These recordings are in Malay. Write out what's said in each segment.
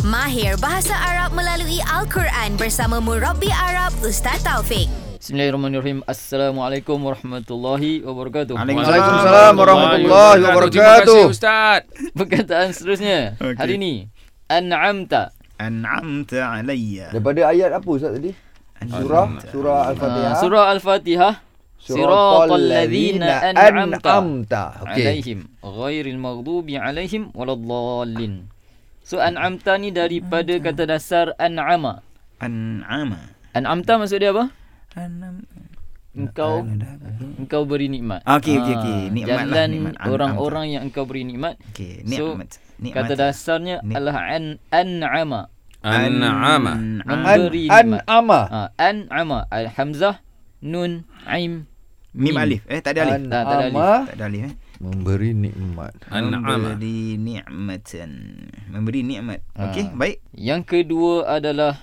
Mahir Bahasa Arab melalui Al-Quran bersama Murabi Arab Ustaz Taufik. Bismillahirrahmanirrahim. Assalamualaikum warahmatullahi wabarakatuh. Waalaikumsalam. Waalaikumsalam warahmatullahi Terima wabarakatuh. kasih Ustaz. Perkataan seterusnya Okey. hari ini an'amta. An'amta alayya. Daripada ayat apa Ustaz tadi? Surah Surah Al-Fatihah. Ah, surah Al-Fatihah. Siratal ladzina an'amta Okey. alaihim ghairil maghdubi alaihim waladdallin. So an'amta ni daripada kata dasar an'ama. An'ama. An'amta maksud dia apa? An'am. Engkau engkau beri nikmat. Okey, okey, okey. Ah, Nikmat lah, Jalan nikmat. An'amta. orang-orang yang engkau beri nikmat. Okey, So, nikmat. nikmat. Kata dasarnya Ni- adalah an an'ama. An'ama. An'am. An- Memberi nikmat. An'ama. Ha, an'ama al hamzah nun aim Mim alif. Eh, tak ada alif. Tak, tak ada alif. An'ama Tak ada alif eh. memberi nikmat. An'ama. Memberi ni'matan. Memberi nikmat. Okey, Ah. baik. yang kedua adalah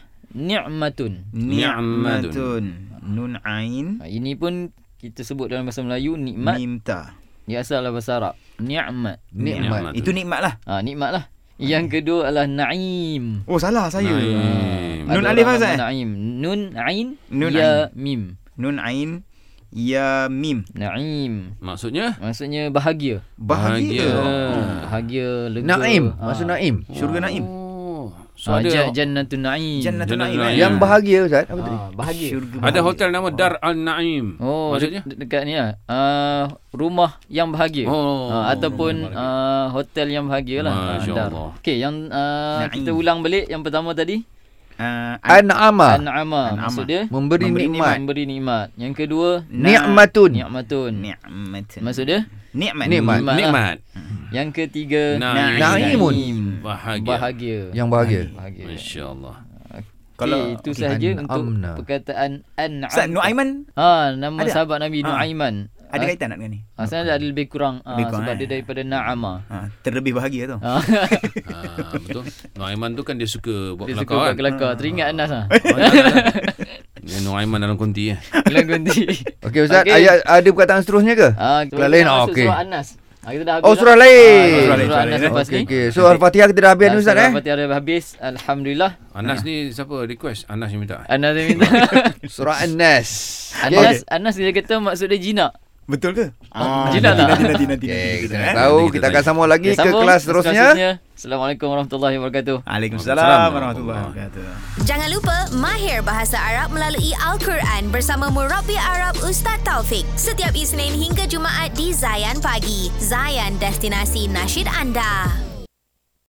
ni'matun Ni'matun. Ni'matun. Nun ain ha, ini pun kita sebut dalam bahasa Melayu nikmat mim ta. dia asal dalam bahasa Arab ni'mat Nikmat. Itu nikmat lah. ha, nikmat lah yang kedua adalah naim Oh, salah saya. Naim. Nun Ada alif orang Azad, eh? nama naim nun ain Nun ya mim Nun ain ya mim. naim Maksudnya? maksudnya bahagia Bahagia. Bahagia. ha, bahagia lega Naim, Ha. maksud Naim. Syurga Ya. Naim. Oh. So ha, ja- ada jannatun naim Jannatul Jannatul Naim. eh? Naim. Yang bahagia Ustaz, apa tadi? ha, bahagia Syurga ada bahagia. hotel nama Dar Al-Naim. Oh, Maksudnya? de- dekat ni lah. Uh, rumah yang bahagia. Oh, Ah, ataupun rumah yang uh, hotel yang bahagia lah. Masya Ah, dah. Allah. Okey, yang uh, Naim. kita ulang balik yang pertama tadi. Ah, an- An'ama An'ama. An'ama. Maksud dia? memberi Memberi nikmat. Memberi nikmat. Yang kedua, Nikmatun. ni'matun. ni'matun. Maksud dia? nikmat. Nikmat. lah. Nikmat. Yang ketiga, Naim. Naimun. Bahagia. Bahagia. Yang bahagia. Bahagia. Masya-Allah. Kalau Kalau- itu okey, sahaja an'amna. untuk perkataan an'am. Ustaz Nuaiman Ha, nama Ada? sahabat Nabi Ha. Nuaiman. Ah, ada kaitan tak dengan ni? Ah, saya ada lebih kurang, ah, Lebih kurang, sebab eh? dia daripada na'ama. Ha, terlebih bahagia tu. Ah, Ah, betul. Nuaiman tu kan dia suka buat dia suka kelakar buat eh. kan. kelakar. Teringat Anas lah. Oh, ya, tak, tak, tak. Dia Nuaiman dalam konti eh. Kelakar ganti. Okey Ustaz, Okey. ayat ada perkataan seterusnya ke? Ah, Kelak lain, kita ah, masuk okey. Surah Anas. Ah, kita dah habis Oh, lah. surah Ah, lain. surah, lain, surah Anas lain, eh. lepas ni. Okey, okey. So Al-Fatihah kita dah habis ni Ah, Ustaz surah eh? Al-Fatihah dah habis. Alhamdulillah. Anas ni siapa request? Anas yang minta. eh? Anas dia minta. Surah An-Nas. Anas, Anas dia kata maksud dia jinak. Betul ke? Ah, Jilat lah. nanti, nanti, nanti, nanti, Okey, nanti, kita nanti, eh. nak tahu Nanti kita kita akan tanya. sambung lagi ke Sambung, kelas kelas seterusnya. seterusnya. Assalamualaikum warahmatullahi wabarakatuh. Waalaikumsalam Waalaikumsalam warahmatullahi warahmatullahi wabarakatuh. Jangan lupa Mahir Bahasa Arab melalui Al-Quran bersama Murabi Arab Ustaz Taufik. Setiap Isnin hingga Jumaat di Zayan Pagi. Zayan, destinasi nasyid anda.